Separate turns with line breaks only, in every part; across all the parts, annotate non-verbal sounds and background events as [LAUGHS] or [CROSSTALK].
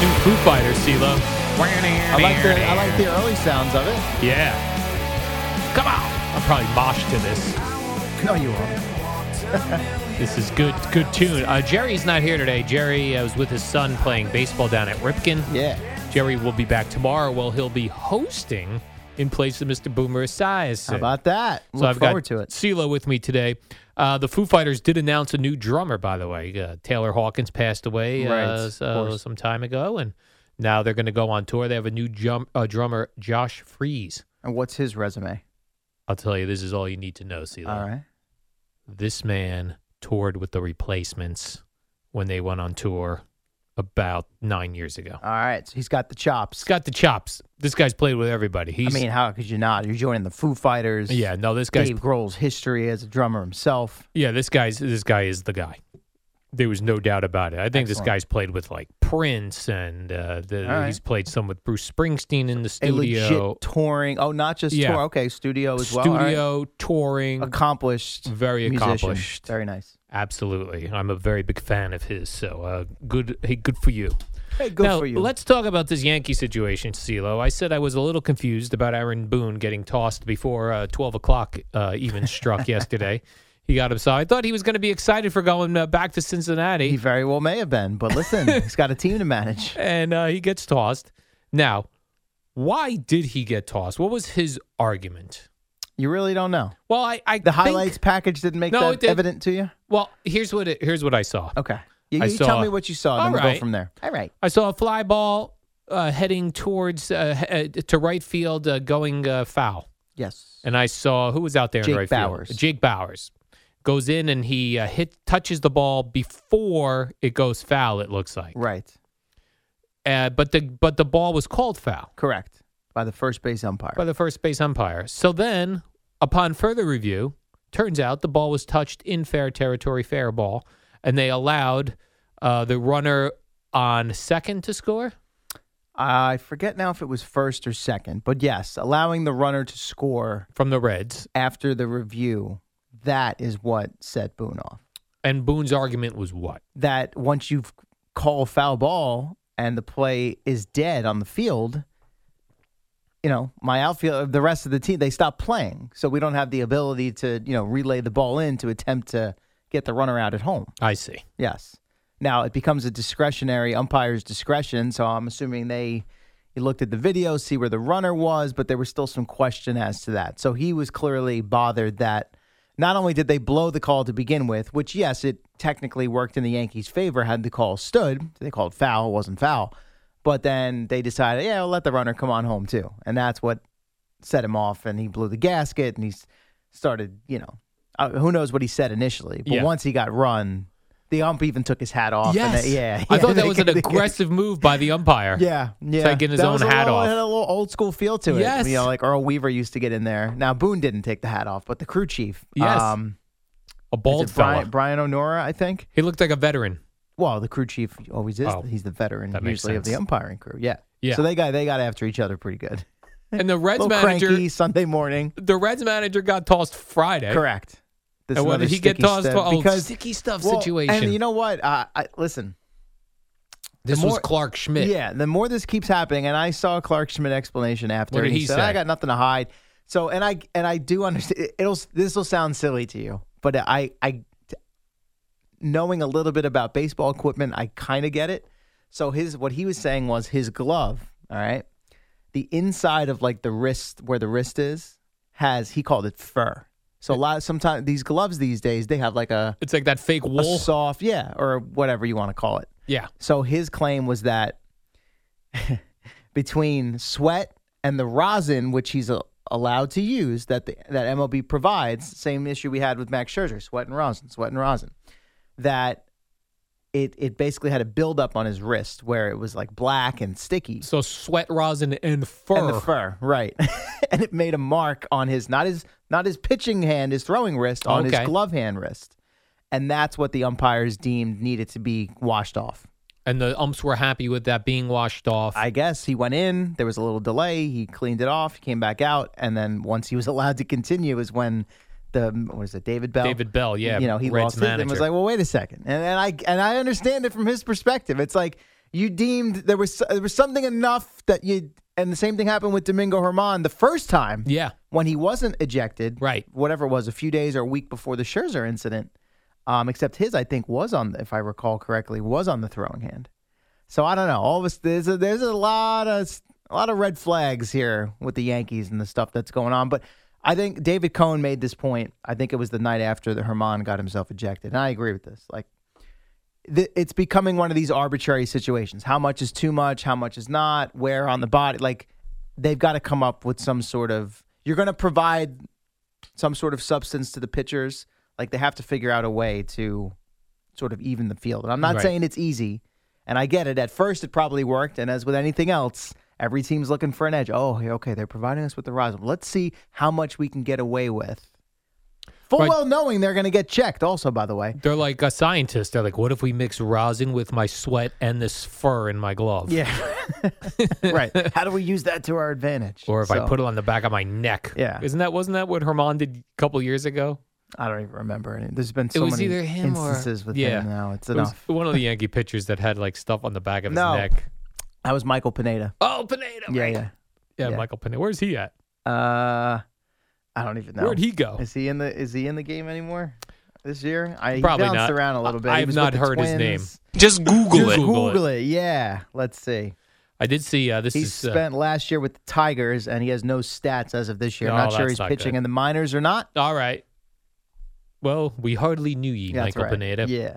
new Foo Fighters, CeeLo.
I like the I like the early sounds of it.
Yeah. Come on. I'll probably mosh to this.
No, you won't.
This is good good tune. Uh, Jerry's not here today. Jerry uh, was with his son playing baseball down at Ripken.
Yeah.
Jerry will be back tomorrow. Well, he'll be hosting in place of Mr. Boomer Esiason.
How about that?
So
Look
I've
forward
got
to it.
CeeLo with me today. Uh, the Foo Fighters did announce a new drummer, by the way. Uh, Taylor Hawkins passed away uh,
Right, of
so-
course.
some time ago, and now they're going to go on tour. They have a new jump, uh, drummer, Josh Fries.
And what's his resume?
I'll tell you, this is all you need to know, CeeLo.
All right.
This man toured with the replacements when they went on tour about nine years ago.
All right. So he's got the chops.
He's got the chops. This guy's played with everybody.
I
He's,
mean, how could you not? You're joining the Foo Fighters.
yeah, no, this guy's
Dave Grohl's history as a drummer himself.
Yeah, this guy's this guy is the guy. There was no doubt about it. I think this
Excellent.
guy's played with like Prince, and uh, the,
All right.
he's played some with Bruce Springsteen in the
A
studio,
legit touring. Oh, not just
Yeah.
tour. Okay, studio as well. All right.
studio touring.
Accomplished.
Very
musician.
accomplished.
Very nice.
Absolutely, I'm a very big fan of his. So uh, good, hey, good for you.
Hey, good
now,
for you.
Let's talk about this Yankee situation, CeeLo. I said I was a little confused about Aaron Boone getting tossed before uh, 12 o'clock uh, even struck
[LAUGHS]
yesterday. He got himself. I thought he was going to be excited for going uh, back to Cincinnati.
He very well may have been, but [LAUGHS] listen, he's got a team to manage.
and uh, he gets tossed. Now, why did he get tossed? What was his argument?
You really don't know.
Well, I, I
The
think-
highlights package didn't make
No, it
that
did.
evident to you.
Well, here's what it, here's what I saw.
Okay. You,
I
you tell
saw-
me what you saw,
All
and then we'll
right.
go from there. All right.
I saw a fly ball uh, heading towards uh, he- uh, to right field, uh, going uh, foul,
Yes.
and I saw who was out there
Jake
in right
Bowers.
field. Jake Bowers goes in and he uh, hit touches the ball before it goes foul. It looks like,
Right.
uh, but the but the ball was called foul.
Correct. By the first base umpire.
by the first base umpire. So then, upon further review, turns out the ball was touched in fair territory, fair ball, and they allowed uh, the runner on second to score.
I forget now if it was first or second, but yes, allowing the runner to score
From the Reds,
after the review, that is what set Boone off.
and Boone's argument was what?
That once you call foul ball and the play is dead on the field, you know, my outfield, the rest of the team, they stop playing. So we don't have the ability to, you know, relay the ball in to attempt to get the runner out at home.
I see.
Yes. Now it becomes a discretionary umpire's discretion. So I'm assuming they he looked at the video, see where the runner was, but there was still some question as to that. So he was clearly bothered that not only did they blow the call to begin with, which yes, it technically worked in the Yankees' favor had the call stood. They called foul, it wasn't foul, but then they decided, yeah, we'll let the runner come on home too, and that's what set him off, and he blew the gasket, and he s- started, you know, uh, who knows what he said initially, but
Yeah.
once he got run. The ump even took his hat off. and they- yeah,
I
yeah, [LAUGHS]
thought that
they-
was an
they-
aggressive move by the umpire.
yeah, yeah.
like getting his
That
own
was a
hat
little,
off.
It had a little old school feel to it.
Yes.
you know, like Earl Weaver used to get in there. Now Boone didn't take the hat off, but the crew chief,
Yes. a
is
bald
it
fella.
Brian, Brian Onora, I think.
he looked like a veteran.
Well, the crew chief always is.
Oh,
He's the veteran
that makes
usually of the
sense.
umpiring crew. Yeah,
Yeah.
So they got they got after each other pretty good.
And the Reds
little
manager,
cranky Sunday morning.
the Reds manager got tossed Friday.
Correct. This
And what
another
did he get
sticky
tossed
stuff
for? Oh,
because
sticky stuff
well,
situation.
And you know what? Uh, I, listen,
this
the
was
more-
Clark Schmidt.
Yeah, the more this keeps happening, and I saw Clark Schmidt explanation after.
What did
and
he
said,
say?
I got nothing to hide. So and I and I do understand. It'll this will sound silly to you, but I I knowing a little bit about baseball equipment, I kind of get it. So his what he was saying was his glove. All right, the inside of like the wrist where the wrist is has he called it fur. So a lot sometimes these gloves these days they have like a,
It's like that fake
a
wool.
soft yeah or whatever you want to call it.
yeah.
So his claim was that [LAUGHS] between sweat and the rosin, which he's a, allowed to use, that the, that MLB provides, same issue we had with Max Scherzer, sweat and rosin, sweat and rosin, that it it basically had a buildup on his wrist where it was like black and sticky.
So sweat rosin and fur.
And the fur, right? [LAUGHS] and it made a mark on his not his not his pitching hand, his throwing wrist, on
Okay.
his glove hand wrist, and that's what the umpires deemed needed to be washed off.
And the umps were happy with that being washed off.
I guess he went in, there was a little delay, he cleaned it off, he came back out, and then once he was [LAUGHS] allowed to continue is when the what is it, David Bell?
David Bell, yeah,
You know, he
Reds
lost it and was
manager.
like, Well, wait a second. And and I and I understand it from his perspective. It's like you deemed there was there was something enough that you and the same thing happened with Domingo Herman the first time
yeah.
when he wasn't ejected,
Right.
Whatever it was, a few days or a week before the Scherzer incident. Um, except his, I think, was on, if I recall correctly, was on the throwing hand. So I don't know. All of us, there's a, there's a lot of a lot of red flags here with the Yankees and the stuff that's going on. But I think David Cohen made this point. I think it was the night after that Herman got himself ejected, and I agree with this. Like, th- it's becoming one of these arbitrary situations. How much is too much? How much is not? Where on the body? Like, they've got to come up with some sort of. You're going to provide some sort of substance to the pitchers. Like they have to figure out a way to sort of even the field. And I'm not
Right.
saying it's easy, and I get it. At first, it probably worked, and as with anything else, every team's looking for an edge. Oh, yeah, okay, they're providing us with the rosin. Let's see how much we can get away with. Full
Right.
well knowing they're going to get checked. Also, by the way,
[LAUGHS] They're like a scientist. They're like, what if we mix rosin with my sweat and this fur in my glove?
yeah, right. How do we use that to our advantage?
Or if I
So,
put it on the back of my neck.
Yeah.
Isn't that wasn't that what Herman did a couple years ago?
I don't even remember. any- There's been so
it was
many
either him or
instances with
yeah.
him now. It's
It was
enough.
one of
[LAUGHS]
the Yankee pitchers that had like stuff on the back of his
No.
neck.
that was Michael Pineda.
Oh, Pineda.
Yeah,
right.
yeah.
yeah.
Yeah.
Michael Pineda. Where's he at?
Uh, I don't even know.
Where'd he go?
Is he in the Is he in the game anymore this year? I he
Probably
bounced
not.
around a little bit.
I-
He
I've
was
not
with the
heard his name.
Twins.
Just Google
Just
it.
Google
Google it. Yeah, let's see.
I did see uh, this
He
is
spent last year with the Tigers, and he has no stats as of this year.
No,
I'm not sure
Oh, that's
he's
not
pitching
good.
in the minors or not.
uh, all right. Well, we hardly knew ye,
Yeah, that's
Michael
right.
Pineda.
Yeah.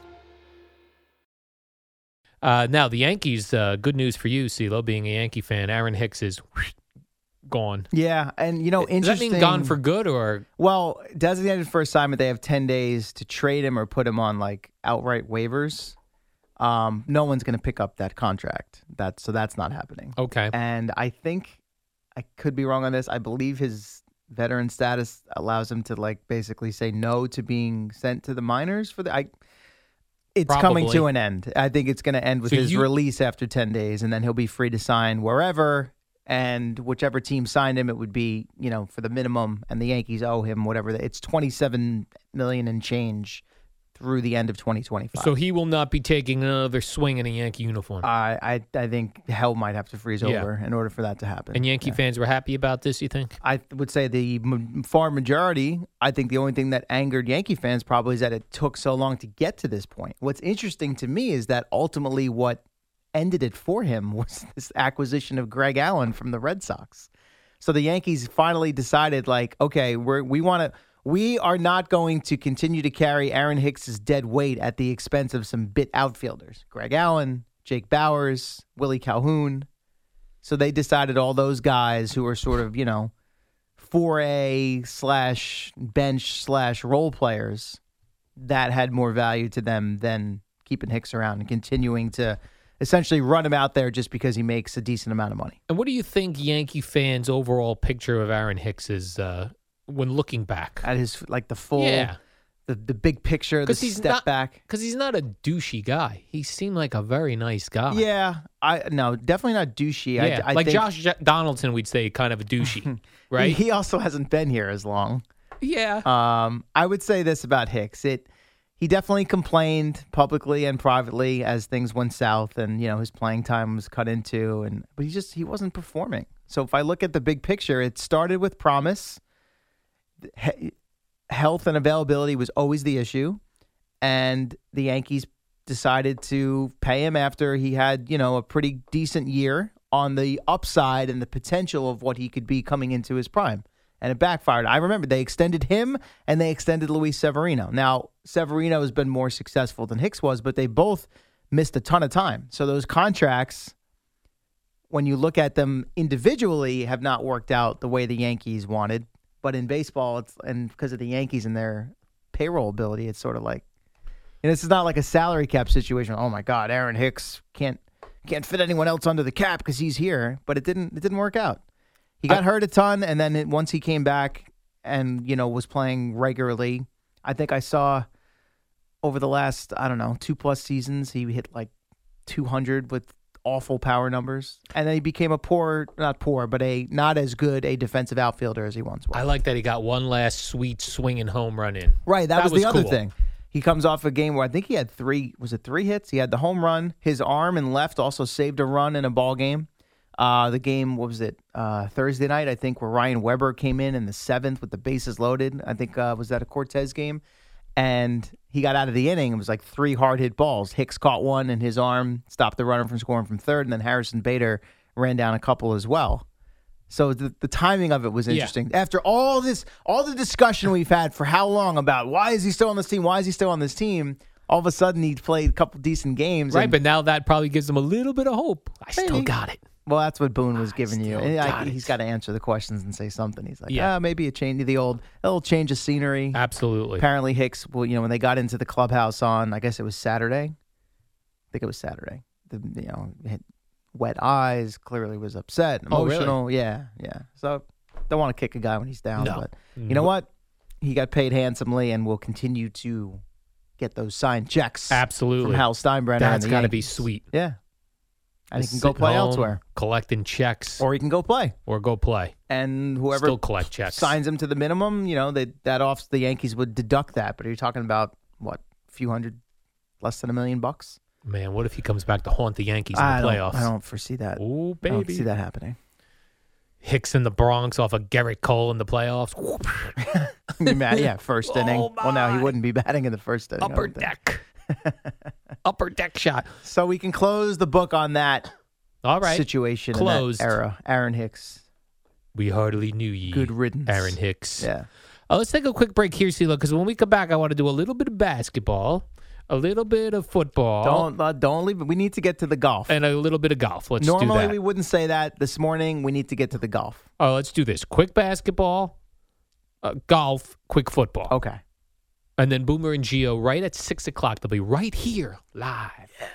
Uh, now the Yankees. Uh, good news for you, CeeLo, being a Yankee fan. Aaron Hicks is [SNIFFS] gone.
Yeah, and you know,
Does that
interesting.
mean gone for good or
Well, designated for assignment, they have 10 days to trade him or put him on like outright waivers. Um, no one's going to pick up that contract. That so that's not happening.
okay?
And I think I could be wrong on this. I believe his veteran status allows him to like basically say no to being sent to the minors for the I it's coming to
Probably.
an end. I think it's going to end with
So
his
you-
release after 10 days and then he'll be free to sign wherever and whichever team signed him it would be, you know, for the minimum and the Yankees owe him whatever. the- It's 27 million and change through the end of 2025.
So he will not be taking another swing in a Yankee uniform.
I, I I think hell might have to freeze
Yeah.
over in order for that to happen.
and Yankee
Yeah.
fans were happy about this. You think?
I th- would say the m- far majority. I think the only thing that angered Yankee fans probably is that it took so long to get to this point. What's interesting to me is that ultimately what ended it for him [LAUGHS] was this acquisition of Greg Allen from the Red Sox. So the Yankees finally decided, like, okay, we're, we want to. We are not going to continue to carry Aaron Hicks's dead weight at the expense of some bit outfielders, Greg Allen, Jake Bowers, Willie Calhoun. So they decided all those guys who are sort of you know foray slash bench slash role players that had more value to them than keeping Hicks around and continuing to essentially run him out there just because he makes a decent amount of money.
And what do you think Yankee fans' overall picture of Aaron Hicks is uh, when looking back?
At his like the full,
Yeah.
the, the big picture, Uh, the step
not,
back.
Because he's not a douchey guy. He seemed like a very nice guy.
Yeah, I no, definitely not douchey. I-
Yeah,
I,
like
think-
Josh J- Donaldson, we'd say kind of a douchey, right?
[LAUGHS] He also hasn't been here as long.
yeah,
Um, I would say this about Hicks: it he definitely complained publicly and privately as things went south, and you know his playing time was cut into, and but he just he wasn't performing. So if I look at the big picture, it started with promise. He- health and availability was always the issue, and the Yankees decided to pay him after he had you know a pretty decent year on the upside and the potential of what he could be coming into his prime and it backfired. I remember they extended him and they extended Luis Severino. Now, Severino has been more successful than Hicks was, but they both missed a ton of time. So those contracts, when you look at them individually, have not worked out the way the Yankees wanted. But in baseball, it's and because of the Yankees and their payroll ability, it's sort of like and this is not like a salary cap situation. Oh my God, Aaron Hicks can't can't fit anyone else under the cap because he's here. But it didn't it didn't work out. He got hurt a ton, and then it, once he came back and you know was playing regularly, I think I saw over the last I don't know two plus seasons he hit like 200 with awful power numbers, and then he became a poor not poor but a not as good a defensive outfielder as he once was.
I like that he got one last sweet swinging home run in.
Right, that,
That
was,
was
the other
cool.
thing. He comes off a game where I think he had three. Was it three hits? He had the home run. His arm and left also saved a run in a ball game. Uh, the game what was it uh, Thursday night? I think where Ryan Weber came in in the seventh with the bases loaded. I think uh, was that a Cortez game, and he got out of the inning. It was like three hard hit balls. Hicks caught one, and his arm stopped the runner from scoring from third. And then Harrison Bader ran down a couple as well. So the, the timing of it was interesting. After all this, all the discussion we've had for how long about why is he still on this team? Why is he still on this team? All of a sudden, he played a couple decent games.
Right,
and-
but now that probably gives him a little bit of hope. I still
Maybe.
got it.
well, that's what Boone was giving you.
still
And I-
got it.
he's got to answer the questions and say something. He's like,
Yeah.
yeah, maybe a change the old, a little change of scenery.
Absolutely.
Apparently, Hicks. Well, you know, when they got into the clubhouse on, I guess it was Saturday. I think it was Saturday. The you know, had wet eyes. Clearly was upset,
Oh, really?
emotional. Yeah, yeah. So don't want to kick a guy when he's down.
No. Mm-hmm.
But you know what? He got paid handsomely, and will continue to get those signed checks.
Absolutely.
From Hal Steinbrenner. and
That's
the
got to be
Yankees.
sweet.
Yeah. And he
Just
can go
sitting
play
home,
elsewhere,
collecting checks, or,
or he can go play,
go play.
and whoever
Still collect checks.
signs him to the minimum, you know, they, that off the Yankees would deduct that. But are you talking about what, a few hundred, less than a million bucks?
Man, what if he comes back to haunt the Yankees in the
I don't,
playoffs?
I don't foresee that.
Ooh,
I don't
baby.
see that happening. [LAUGHS]
Hicks in the Bronx off of Garrett Cole in the playoffs. Whoop,
Yeah,
[LAUGHS]
yeah, first inning. Well, now he
Oh, my.
wouldn't be batting in the first inning.
[LAUGHS]
I
upper
don't think.
deck.
[LAUGHS]
upper deck shot.
So we can close the book on that
All right.
situation,
Closed.
in that era. Aaron Hicks,
we hardly knew ye.
good riddance.
Aaron Hicks.
Yeah.
Uh, let's take a quick break here, CeeLo, because when we come back, I want to do a little bit of basketball, a little bit of football,
Don't uh, don't leave. it. We need to get to the golf.
and a little bit of golf. Let's do
Normally
that.
we wouldn't say that. This morning we need to get to the golf.
All right, let's do this. Quick basketball, uh, golf, quick football.
Okay.
And then Boomer and Geo right at 6 o'clock. They'll be right here live.